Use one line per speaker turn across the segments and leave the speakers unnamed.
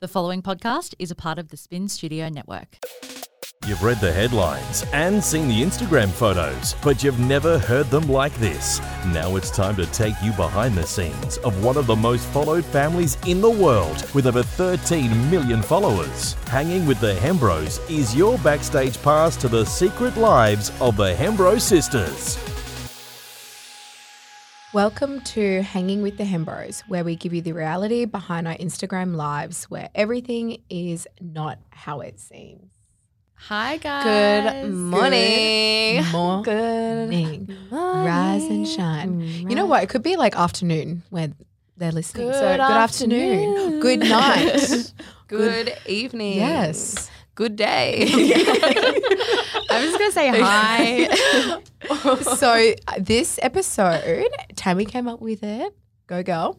The following podcast is a part of the Spin Studio Network.
You've read the headlines and seen the Instagram photos, but you've never heard them like this. Now it's time to take you behind the scenes of one of the most followed families in the world with over 13 million followers. Hanging with the Hembros is your backstage pass to the secret lives of the Hembro sisters.
Welcome to Hanging with the Hembros, where we give you the reality behind our Instagram lives, where everything is not how it seems.
Hi, guys.
Good morning.
Morning.
Rise and shine. You know what? It could be like afternoon when they're listening. so
Good
good afternoon.
afternoon.
Good night.
Good, evening.
yes.
Good day.
I was going to say hi.
so uh, this episode, Tammy came up with it. Go girl.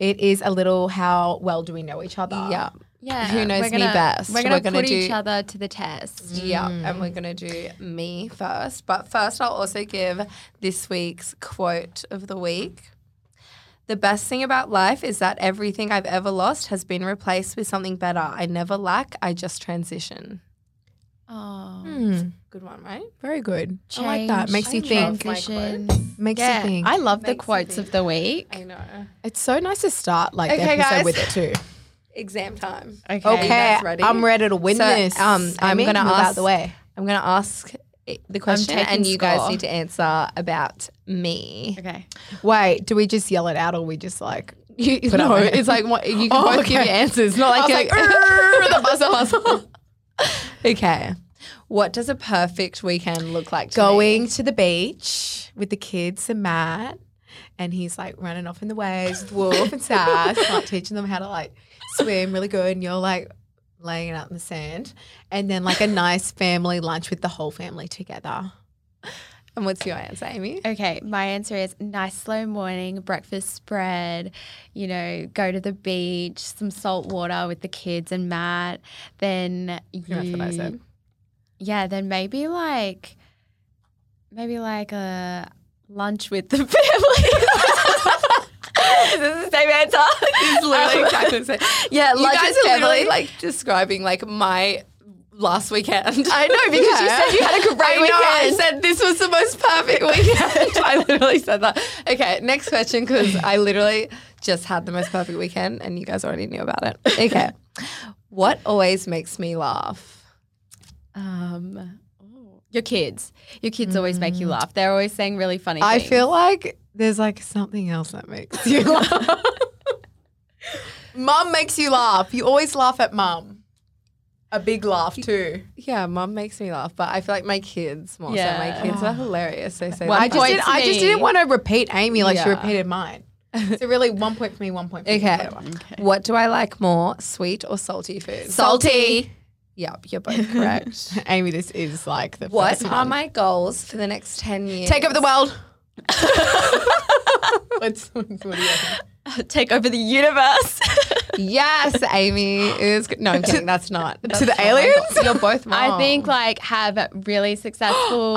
It is a little how well do we know each other?
yeah.
Yeah.
Who knows
we're
me
gonna,
best?
We're gonna,
We're gonna
put
do-
each other to the test.
Yeah. And we're going to do me first. But first, I'll also give this week's quote of the week. The best thing about life is that everything I've ever lost has been replaced with something better. I never lack, I just transition.
Oh,
Hmm.
Good one, right?
very good.
change,
I like that. Makes you think.
transition.
Makes
Yeah,
you think.
I love the
Makes you
quotes
think.
of the week.
I know.
It's so nice to start like the
Okay,
episode
guys.
with it too.
Exam time.
Okay.
Are you
Okay,
guys ready?
I'm ready to win
So,
this.
um, I'm
Amy,
gonna
move out
ask-
the way.
I'm going to ask i- the question,
taking
and you
score.
guys need to answer about me.
Okay.
Wait, do we just yell it out or we just like?
You,
Put up
no,
my-
it's like what, you can
Oh,
both
okay.
give your answers. Not like,
I was like,
the buzzer buzzer. okay. What does a perfect weekend look like? To
Going
me?
to the beach with the kids and Matt, and he's like running off in the waves with Wolf and Sass, like teaching them how to like swim really good, and you're like laying it out in the sand, and then like a nice family lunch with the whole family together.
And what's your answer, Amy?
Okay. My answer is nice slow morning, breakfast spread, you know, go to the beach, some salt water with the kids and Matt. Then you,
Pretty much what I said.
yeah, then maybe like maybe like a lunch with the family.
Is this the same answer? It's literally
Um,
exactly the same.
yeah,
You
lunch
guys
with
are
family.
literally like describing like my last weekend.
I know because
Yeah.
you said you had a great
I know, I
weekend.
said this was the most perfect weekend. I literally said that. Okay, next question because I literally just had the most perfect weekend and you guys already knew about it. Okay. what always makes me laugh?
Um, your kids. Your kids always make you laugh. They're always saying really funny
Mm. I
things.
feel like there's like something else that makes you laugh. mum makes you laugh. You always laugh at mum. A big laugh too.
Yeah, mum makes me laugh, but I feel like my kids more
Yeah.
so. My kids are hilarious. They say
One
I just
point
did,
to
I just
me.
didn't want to repeat Amy like she
Yeah.
repeated mine. So really, one point for me, one point for you.
Okay.
whatever.
What do I like more, sweet or salty food?
salty.
Yep, you're both correct.
Amy, this is like the
what
first
are
one.
my goals for the next 10 years?
Take over the world. What's- what do you reckon?
Take over the universe.
Yes, Amy is. No, I'm kidding. That's not.
to the aliens?
You're both wrong.
I think like have really successful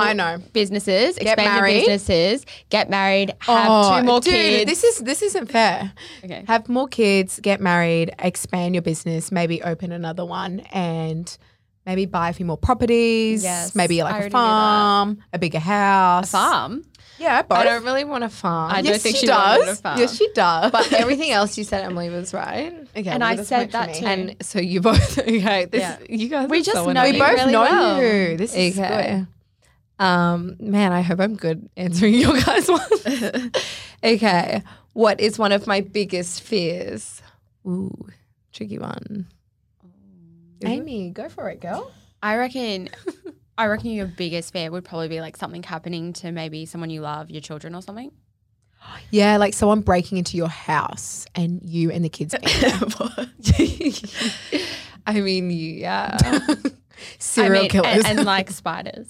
Oh. I know.
businesses, expand your
married.
businesses, get married, have
Oh,
two more
dude,
kids.
This is this isn't fair.
Okay.
Have more kids, get married, expand your business, maybe open another one and maybe buy a few more properties.
Yes,
Maybe
I
like
already
a
do that.
farm, a bigger house.
farm.
Yeah, both.
I don't really want to farm.
I don't
yes,
think
she,
she wanted
does.
a farm.
Yes, she does.
But everything else you said, Emily, was right.
okay, well,
and I
that's fine
said
for
that
me.
too.
And so you both. Okay, this
Yeah.
you guys.
We
are
just
so
know
We
annoying.
you
both
really
know
well.
you. This is
Okay.
good.
Um, man, I hope I'm good answering your guys' one. okay, what is one of my biggest fears? Ooh, tricky one.
Oh.
Amy, go for it, girl.
I reckon I reckon your biggest fear would probably be like something happening to maybe someone you love, your children or something.
Yeah, like someone breaking into your house and you and the kids.
I mean, yeah.
I
Serial
mean,
killers.
And, and like spiders.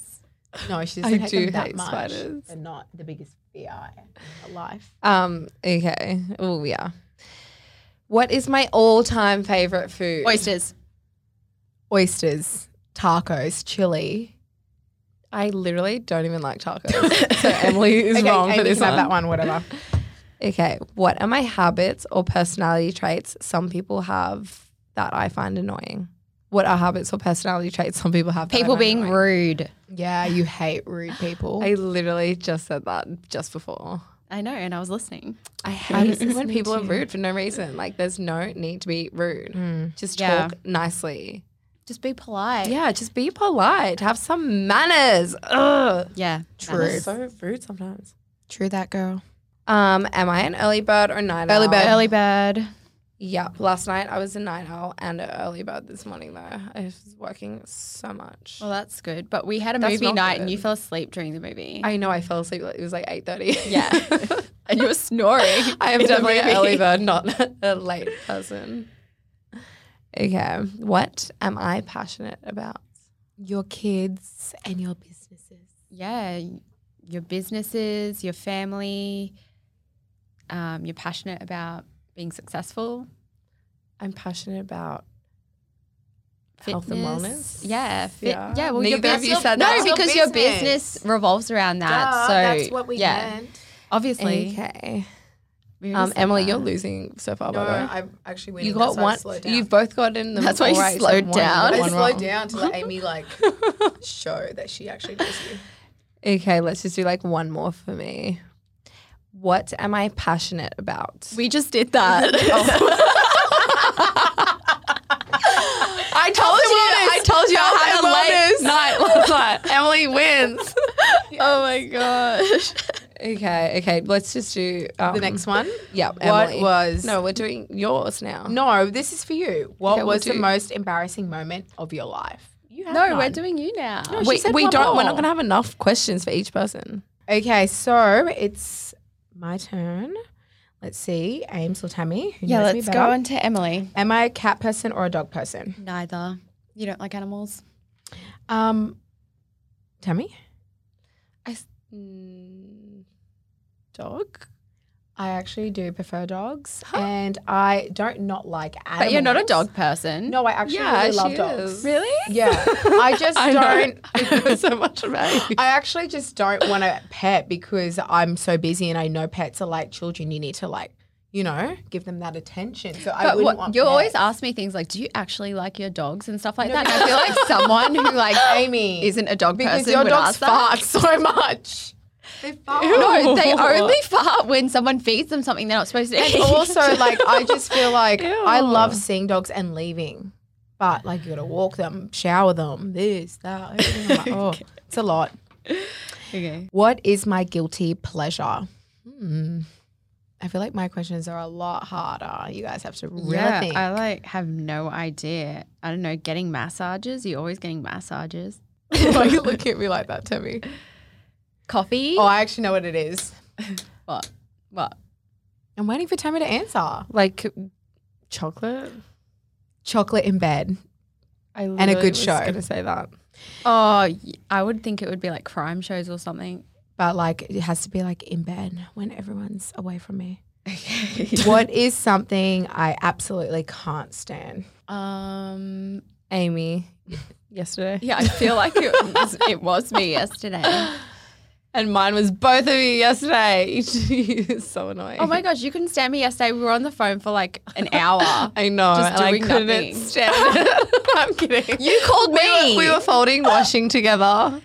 No, she
I
doesn't hate them
do
that
hate
much.
spiders.
They're not the biggest fear in her life.
Um, okay. Oh yeah. What is my all time favorite food?
Oysters.
Oysters, tacos, chili.
I literally don't even like tacos. so Emily is wrong for
Amy
this
can
one.
have that one, whatever.
Okay. What are my habits or personality traits some people have that I find annoying? What are habits or personality traits some people have? that I
People
find
being
annoying?
rude.
Yeah, you hate rude people.
I literally just said that just before.
I know, and I was listening.
I hate
listening
when people are
to-
rude for no reason. Like, there's no need to be rude.
Mm.
Just
Yeah.
talk nicely.
Just be polite.
Yeah, just be polite. Have some manners. Ugh.
Yeah.
True.
They're So rude sometimes.
True that girl.
Um, am I an early bird or night
Early
owl?
bird.
Early bird.
Yep. Last night I was a night owl and an early bird this morning though. I was working so much.
Well, that's good. But we had a
That's
movie
not
night
good.
and you fell asleep during the movie.
I know I fell asleep. like, It was like eight thirty.
Yeah. and you were snoring.
I am
in the
definitely an
movie.
early bird, not a late person. Okay. What am I passionate about?
Your kids and your businesses.
Yeah. Your businesses, your family. Um, you're passionate about being successful.
I'm passionate about health and wellness.
fitness. Yeah. Fit,
Yeah.
yeah. Well, your
Neither of
business-
you said
No,
that.
because
That's your
your business revolves around that. Ah,
Ah,
so yeah,
meant.
obviously.
Okay.
We already
Um,
said
Emily,
that.
you're losing so far,
No,
by the way.
I'm actually winning.
You got
that's why I
one.
slowed down.
You've both gotten them.
That's why you
all right, so
slowed
one, you got
down.
I
one
slowed
wrong.
down to let Amy like show that she actually knows you.
Okay, let's just do like one more for me. What am I passionate about?
We just did that.
I told you. I told you I had a late night last night. Emily wins.
Oh my gosh.
Okay, okay. Let's just do um,
The next one.
Yeah,
What
Emily.
was
No, we're doing yours now.
No, this is for you. What
Okay, we'll
was
do-
the most embarrassing moment of your life? You have
No, we're
none.
doing you now.
we
said
we
one
don't. We're
more.
not gonna have enough questions for each person.
Okay, so it's my turn. Let's see, Ames or Tammy? Who
yeah,
knows me
let's
better?
go on to Emily.
Am I a cat person or a dog person?
Neither. You don't like animals?
Um, Tammy,
I s- mm, dog.
I actually do prefer dogs, and I don't not like animals.
But you're not a dog person.
No, I actually
Yeah,
really love
she
dogs.
is.
Really?
Yeah, I just
I know.
don't.
I know so much about you.
I actually just don't want a pet because I'm so busy, and I know pets are like children. You need to like, you know, give them that attention. So I
But
wouldn't
what,
want.
you always
pets.
ask me things like, "Do you actually like your dogs and stuff like that?" And I feel like someone who like
Amy
isn't a dog
because
person
your
would
dogs
ask that.
fart so much. They fart.
No, they only fart when someone feeds them something they're not supposed to eat.
And also, like, I just feel like I
Ew.
love seeing dogs and leaving, but like, you gotta walk them, shower them, this, that. everything. I'm like, oh, it's a lot.
okay.
What is my guilty pleasure? Hmm. I feel like my questions are a lot harder. You guys have to really
yeah,
think.
I like have no idea. I don't know. Getting massages? You're always getting massages.
Why are you looking at me like that, Timmy?
Coffee?
Oh, I actually know what it is.
what? What?
I'm waiting for Tammy to answer.
like chocolate.
Chocolate in bed.
I
a
literally
good
was
show.
Gonna say that.
Oh, y- I would think it would be like crime shows or something.
But like it has to be like in bed when everyone's away from me. what is something I absolutely can't stand?
Um.
Amy, yesterday.
Yeah, I feel like it was, it was me yesterday.
And mine was both of you yesterday. It's so annoying.
Oh my gosh, you couldn't stand me yesterday. We were on the phone for like an hour.
I know.
Just
and
doing
I couldn't
nothing.
stand it. I'm kidding.
You called
We
me.
were, we were folding washing together.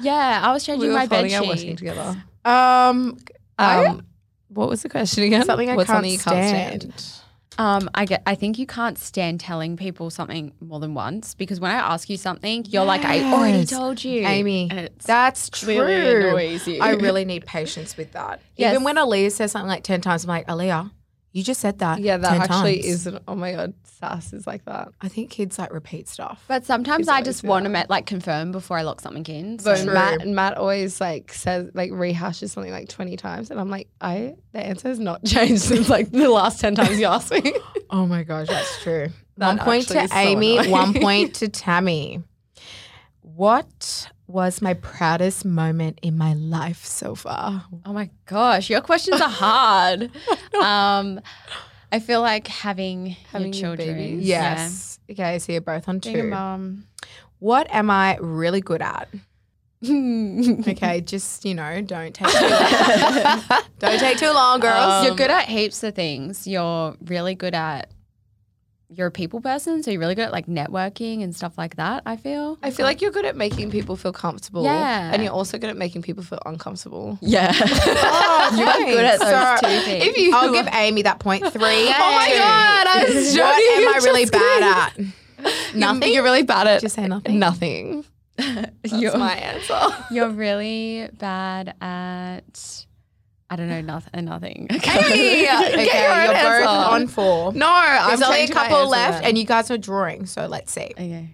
yeah, I was
we
changing
were
my bed
folding our washing
sheet.
together.
Um,
Um, what was the question again?
Something I
What's
can't
something you can't
stand?
stand?
Um, I get. I think you can't stand telling people something more than once because when I ask you something, you're like, I already
Yes.
told you,
Amy,
And it's
that's true.
clearly annoys you.
I really need patience with that.
Yes.
Even when Aaliyah says something like 10 times, I'm like, Aaliyah, you just said that.
Yeah, that
10
actually
times."
isn't. Oh my god, sass is like that.
I think kids like repeat stuff.
But sometimes
It's
I
always
just
been
want
that.
to like confirm before I lock something in. So
But Matt Matt always like says like rehashes something like twenty times, and I'm like, I the answer has not changed since like the last ten times you asked me.
oh my gosh, that's true.
That
one point
actually
to
is so
Amy,
annoying.
one point to Tammy. What was my proudest moment in my life so far?
oh my gosh, your questions are hard. um, I feel like having,
Having
your
your
children.
babies.
Yes. Okay, so you're both on
Yeah. Being a
two.
mum.
What am I really good at? Okay, just you know, don't take too long.
Um,
don't take too long, girls.
You're good at heaps of things. You're really good at you're a people person, so you're really good at like networking and stuff like that. I feel.
I feel like you're good at making people feel comfortable.
Yeah.
And you're also good at making people feel uncomfortable.
Yeah,
Oh,
you are good at those
Sorry.
two things.
If you
I'll give Amy that point three.
Oh my god, I was
What am I really bad at?
Nothing. You're really bad at
Just say nothing.
nothing. That's
You're-
my answer.
You're really bad at I don't know nothing. Nothing.
Hey,
Okay,
get your own
you're both
answer.
on four.
No, I'm
There's only a
changing my
couple
answer
left,
then.
and you guys are drawing. So let's see.
okay.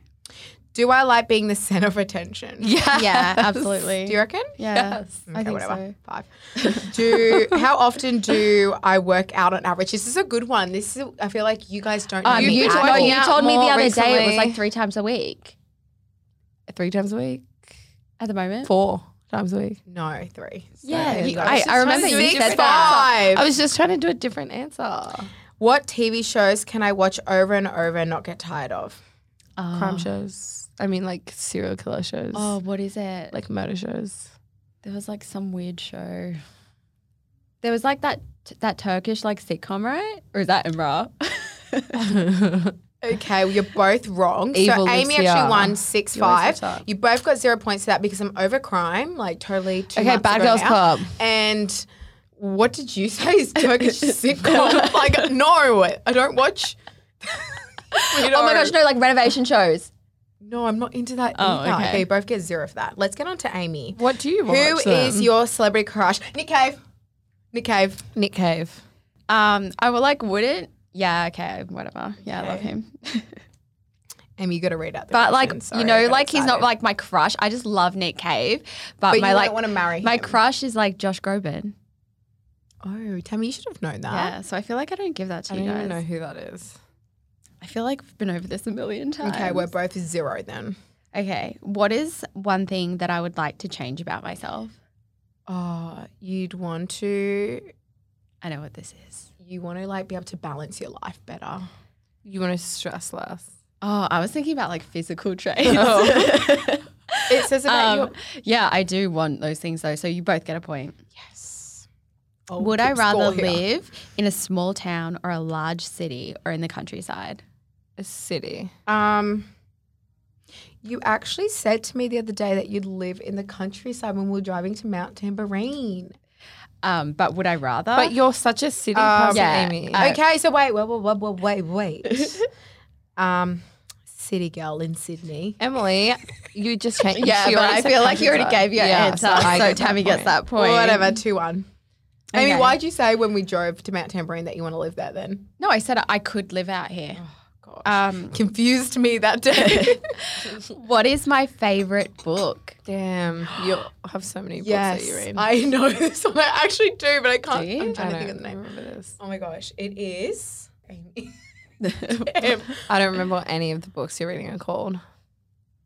Do I like being the center of attention?
yeah,
Yeah,
Do
absolutely.
you reckon?
yeah.
Okay,
I think
whatever.
so.
Five. Do how often do I work out on average? This is a good one. This is I feel like you guys don't.
Um,
know
you,
me
Uh, you
at
told,
told
no,
all.
me
you told me the
more
other day it was
recently.
like three times a week
Three times a week.
at the moment.
Four times a week.
No, three. So
Yeah,
there you
you-
go.
I-
Six,
I remember
five.
you
Six,
said
five.
that.
I was just trying to do a different answer.
What TV shows can I watch over and over and not get tired of?
Crime
Oh.
shows. I mean, like serial killer shows.
Oh, what is it? Like
Like murder shows.
there was like some weird show. There was like that that Turkish like sitcom, right? Or is that Imra?
Okay, well, you're both wrong.
Evil
so
lives
Amy actually
here.
won six
You always
five.
live that.
You both got zero points for that because I'm over crime, like totally. Two
Okay,
months
Bad
ago
Girls
now.
Club.
And what did you say is Turkish sitcom? like no, I don't watch.
oh my gosh, no, like renovation shows.
No, I'm not into that.
Oh,
either. okay.
okay.
you both get zero for that. Let's get on to Amy.
What do you
Who is your celebrity crush? Nick Cave. Nick Cave.
Nick Cave?
Um, I would like wouldn't. Yeah, okay, whatever. Yeah, I love
Okay.
him.
Amy, you got to read out. The
But like,
questions. Sorry,
you
I
know,
got
like he's not
excited.
like my crush. I just love Nick Cave. But,
But
my
you
like
don't want to marry
my
him.
crush is like Josh Groban.
oh, Tammy, you should have known that.
Yeah, so I feel like I don't give that to
I
you
don't
guys.
even know who that is.
I feel like we've been over this a million times.
Okay, we're both zero then.
okay. What is one thing that I would like to change about myself?
Oh, you'd want to
I know what this is.
you want to like be able to balance your life better.
You want to stress less.
Oh, I was thinking about like physical traits.
It says about
Um,
your
yeah, I do want those things though. So you both get a point.
yes. Oh,
Would
keep
I rather
score here.
live in a small town or a large city or in the countryside?
A city.
Um, you actually said to me the other day that you'd live in the countryside when we were driving to Mount Tambourine.
Um, but would I rather?
But you're such a city
Um,
person,
yeah.
Amy.
Uh,
okay, so wait, wait, wait, wait, wait, wait. um, city girl in Sydney.
Emily, you just changed.
yeah,
you
but
already
I
said
feel like you already
countryside.
gave your
Yeah,
answer, so,
I get that
Tammy gets
point.
that point.
Well, whatever, two one. Amy,
Okay.
why'd you say when we drove to Mount Tambourine that you want to live there then?
No, I said I could live out here.
gosh.
Um,
Confused me that day.
what is my favorite book?
Damn, you have so many books that you
yes,
read.
I know this one. I actually do, but I can't.
Do you?
I'm trying to
don't
think of the name.
remember this.
Oh my gosh, it is. Amy.
I don't remember what any of the books you're reading are called.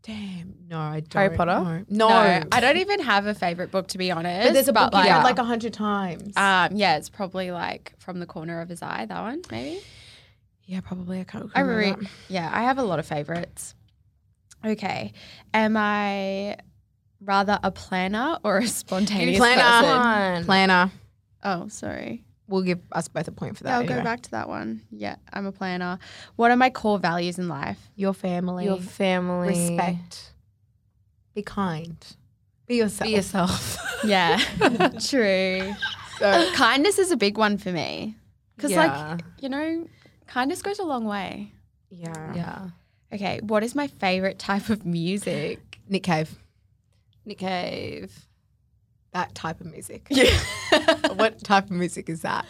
Damn, no, I don't.
Harry Potter?
know. No,
I don't even have a favorite book to be honest.
But there's a book
like,
you've read
Yeah.
like a hundred times.
um, yeah, it's probably like from the corner of his eye. That one, maybe.
yeah, probably. I can't.
I re- yeah, I have a lot of favorites. Okay, am I rather a planner or a spontaneous person?
planner. Planner.
Oh, sorry.
We'll give us both a point for that.
Yeah, I'll
anyway.
go back to that one. Yeah, I'm a planner. What are my core values in life?
Your family.
Your family.
respect. Be kind. Be yourself.
Be yourself.
Yeah, true.
So,
Kindness is a big one for me because,
Yeah.
like, you know, kindness goes a long way.
yeah.
yeah.
Okay, what is my favorite type of music?
Nick Cave.
Nick Cave.
That type of music. what type of music is that?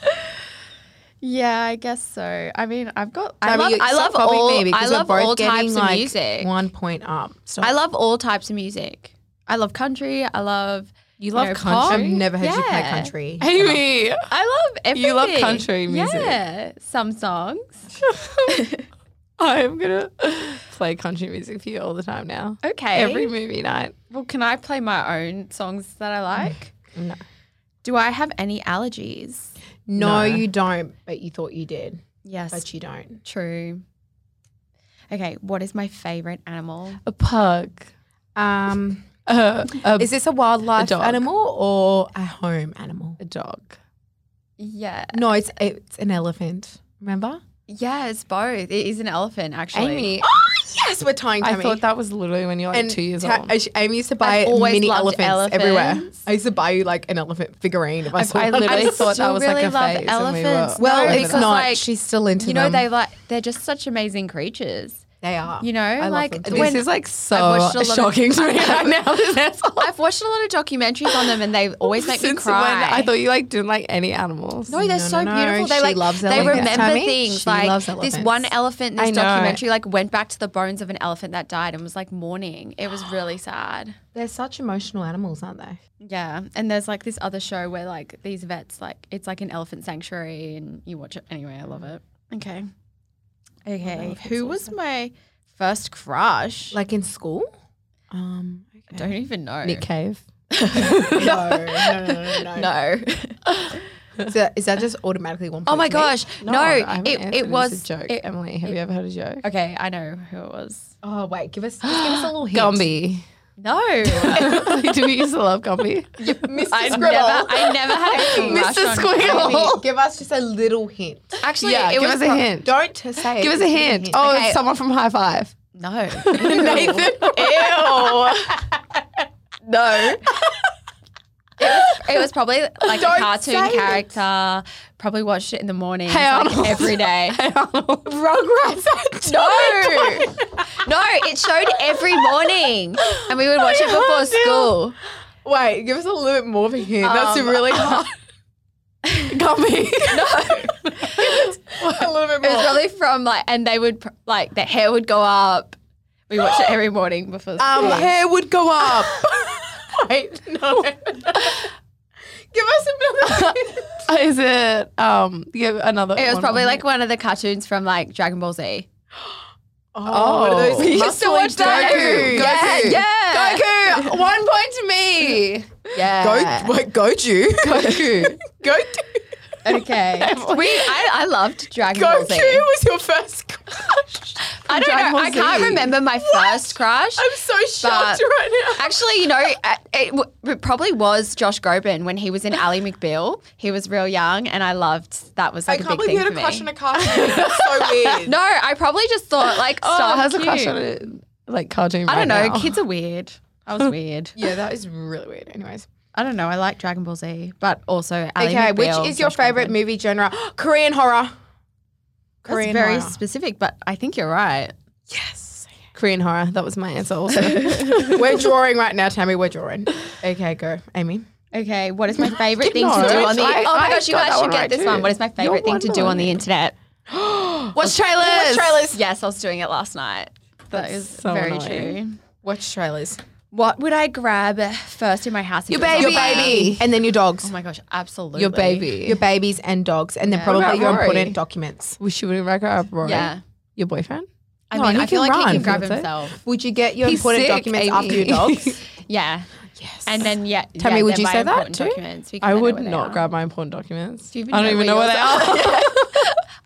Yeah, I guess so. I mean, I've got. I
Tammy,
love.
you-
I
stop
love
copying
all.
me
I
because we're
love
both
all
getting,
types
like,
of music.
One point up. Stop.
I love all types of music. I love country. I love. You
love
know,
country?
pop.
I've never heard you play
Yeah.
country.
Amy.
I love everything.
You love country music.
Yeah, some songs.
I'm going to play country music for you all the time now.
Okay.
Every movie night.
well, can I play my own songs that I like?
No.
Do I have any allergies?
No,
No.
you don't, but you thought you did,
Yes.
but you don't.
true. Okay, what is my favorite animal?
A pug.
Um,
Uh, a,
is this a wildlife
dog.
animal or a home animal?
a dog.
Yeah.
No, it's it's an elephant. Remember?
Yeah, it's both. It is an elephant, actually.
Amy,
Oh, Yes, we're tying
I
Tammy.
thought that was literally when you were like two years
Ta-
old.
uh, she- Amy used to buy
I've always
mini
loved
elephants, everywhere.
elephants.
I used to buy you like an elephant figurine. If I, saw
I
one.
literally thought that
still
was like
really
a
love
phase. and
elephants.
We were,
No,
well, it's
because,
not.
like,
She's still into
You know,
them.
they like they're just such amazing creatures.
they are.
You know,
love
like
them too.
this
when
is like
I've
so
watched a lot of-
shocking to me right now. this answer.
I've watched a lot of documentaries on them, and they always make me
Since when
cry.
I thought you like didn't like any animals.
No, they're
No,
so
no, no.
beautiful. They
She
like
loves
they
elephants,
remember
Tammy.
things.
She
like
loves
this
elephants.
one elephant in
I
this
know.
documentary like went back to the bones of an elephant that died and was like mourning. It was really sad.
They're such emotional animals, aren't they?
Yeah, and there's like this other show where like these vets like it's like an elephant sanctuary and you watch it anyway. I love it. Okay, okay. Who was my first crush?
Like in school. Um.
I don't even know.
Cave.
no, no, no, no, no.
No.
Is, that, is that just automatically one? Point
oh my
to me?
gosh. No,
I haven't
it
answered.
it was.
a joke.
it-
Emily, have you ever heard a joke?
okay, I know who it was.
Oh wait, give us just give us a little hint.
Gumby.
No.
Do we used to love Gumby?
Mr.
I
Squirrel.
never, I never had a crush
Mr.
on-
Amy,
Squiggle.
give us just a little hint.
Actually,
Yeah,
it
give
was
us a
pro-
hint.
Don't t- say. it.
Give us a
Just
hint. Oh,
Okay.
it's someone from High Five.
No,
Nathan.
ew, no. It was, it was probably like
Don't
a cartoon
say it.
character. Probably watched it in the morning,
Hey,
like,
Arnold.
every day.
Rugrats.
No, no, it showed every morning, and we would watch
Oh,
it before school.
Wait, give us a little bit more of a hint. That's
Um,
really hard.
Gumby.
a little bit
It was
more.
probably from like, and they would pr- like the hair would go up. We watched it every morning before.
Um,
school.
hair would go up. Wait, no. give us another. hint.
Is it um give another
It was
one
probably
more.
like one of the cartoons from like Dragon Ball Z.
Oh, one of those
We used to
muscly
watch that.
Goku.
Yeah,
Goku.
yeah.
Goku, one point to
Go,
me.
wait, Goju.
Goku.
Goku.
Okay. we, I, I loved Dragon Ball
Goku
Z.
was your first crush.
I don't
Dragon
know.
Ball
I can't
Z.
remember my first crush.
I'm so shocked
But-
right now.
Actually, you know, uh, it, w- it probably was Josh Groban when he was in Ally McBeal. He was real young, and I loved that was
I
like a
can't
big
believe you had a
thing for me.
crush on a cartoon. That's so weird.
no, I probably just thought like, oh,
Star has a crush
cute.
on it. Like cartoon.
I don't know.
right now.
Kids are weird. I was weird.
Yeah, that is really weird. Anyways.
I don't know. I like Dragon Ball Z, but also Ally
Okay,
McBeal,
which is your
Josh
favorite
Groban.
movie genre? Korean horror.
That's
Korean
very
horror.
specific, but I think you're right.
Yes.
Korean horror. That was my answer also.
We're drawing right now, Tammy. We're drawing. Okay, go, Amy.
Okay, what is my favorite thing
No,
to do on the?
I-
oh my
I
gosh, you
got
guys
that
should
one
get
right
this
too.
one. What is my
You're
favorite thing to do on
wondering.
the internet?
What's trailers?
trailers?
Yes, I was doing it last night. That is
so
very
annoying.
true.
Watch trailers.
What would I grab first in my house? if
Your
it was
baby.
on
Your
the internet?
baby, and then your dogs.
Oh my gosh, absolutely.
Your baby.
your babies and dogs, and then
about
probably your
Rory?
important documents.
We should we wrap up Rory.
Yeah.
Your boyfriend?
I
No,
mean,
he
I feel
can
like
run.
he can grab
That's it.
himself.
Would you get your
He's
important
sick,
documents
Amy.
after your dogs?
Yeah.
yes.
And then yeah.
Tammy,
yeah,
would
then
you
my
say that
important
too?
documents, because
I
know
would
where they
not
are.
grab my important documents.
Do you even
I don't
know
even
where
know where they
yours
are.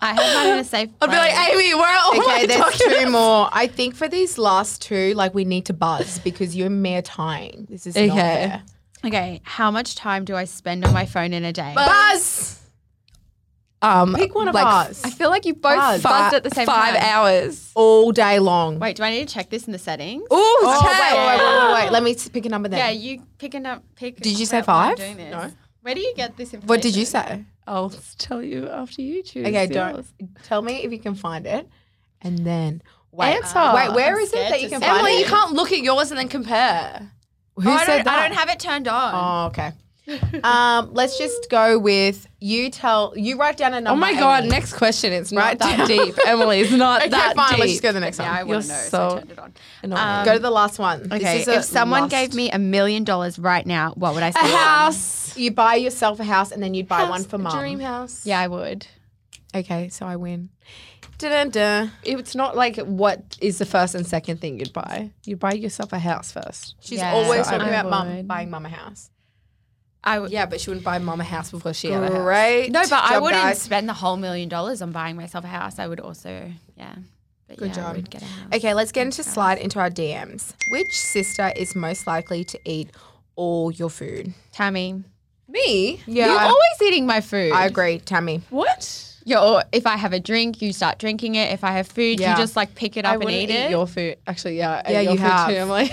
I have mine in a safe.
I'd be like,
place.
Amy, where are all
Okay,
my
there's
documents?
two more. I think for these last two, like we need to buzz because you're mere tying. This is not
Okay.
fair.
okay, how much time do I spend on my phone in a day?
Buzz.
Um,
Pick one of
like
us
I feel like you both
Buzz.
buzzed at the same
five
time.
hours.
all day long.
Wait, do I need to check this in the settings?
Ooh,
Oh, wait,
check.
wait, wait, wait, wait, wait. Let me s- pick a number then.
Yeah, you pick a up. Pick.
Did you say
where- why am I
five?
doing this?
No.
Where do you get this information?
What did you say?
I'll tell you after you choose.
Okay,
Oh, yours.
don't tell me if you can find it, and then wait.
Answer.
Wait, where is it
scared
that
to
you can
say.
find
Emily,
it?
you can't look at yours and then compare.
Who
Oh, I,
said
don't,
that?
I don't have it turned on.
Oh, okay. um, let's just go with you. Tell you write down a number.
Oh my god,
Amy.
next question. It's
Right
not that
down.
deep. Emily, it's not
Okay,
that
fine.
deep.
Let's just go to the next
yeah, I
one.
want to
you're
know. So,
so
I turned it on.
Annoying.
Um,
Go to the last one. This
Okay,
is a
if someone
must.
gave me a million dollars right now, what would I
a
spend? it on?
house.
you buy yourself a house and then you'd buy one for mum.
Dream house.
Yeah, I would.
Okay, so I win. Dun-dun-dun.
It's not like what is the first and second thing you'd buy. You'd buy yourself a house first.
She's
Yeah,
always
so
talking
I
about mum
would.
buying mum a house.
I would.
Yeah, but she wouldn't buy mum a house before she had a house.
Great.
No, but I
job,
wouldn't
guys.
spend the whole million dollars on buying myself a house. I would also, yeah. But
Good
yeah, I
job.
would get a house.
Okay, let's get into slide into our DMs. Which sister is most likely to eat all your food?
Tammy,
Me?
Yeah,
you're
I,
always eating my food.
I agree, Tammy.
What?
you're, or if I have a drink, you start drinking it. If I have food,
Yeah.
you just like pick it
I
up and
wouldn't
eat, it.
your food. Actually, yeah. I
Yeah,
ate your
you
food
have.
Too. I'm like,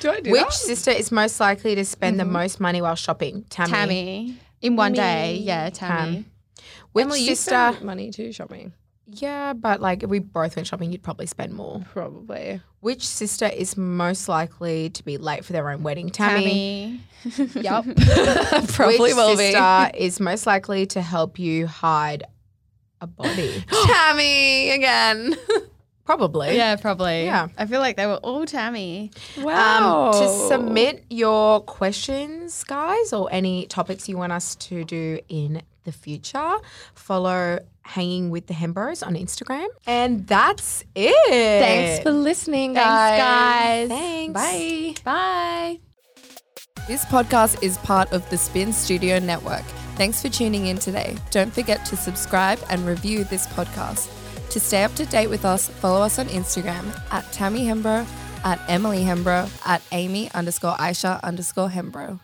do I do
Which
that?
sister is most likely to spend
Mm-hmm.
the most money while shopping? Tammy.
Tammy. In one day, yeah, Tammy.
Which
Emily, you
sister?
spend money too shopping.
yeah, but like if we both went shopping, you'd probably spend more.
Probably.
Which sister is most likely to be late for their own wedding? Tammy.
Tammy.
Yep.
Which
Probably will be.
sister is most likely to help you hide a body?
Tammy again. Um,
probably.
Yeah, probably.
Yeah.
I feel like they were all Tammy.
Um, to
Oh.
submit your questions, guys, or any topics you want us to do in the future, follow Hanging with the Hembros on Instagram. And that's it.
Thanks for listening, guys.
Thanks, guys.
Thanks. Bye.
Bye.
This podcast is part of the Spin Studio Network. Thanks for tuning in today. Don't forget to subscribe and review this podcast. To stay up to date with us, follow us on Instagram at Tammy Hembro, at Emily Hembro, at Amy underscore Aisha underscore Hembro.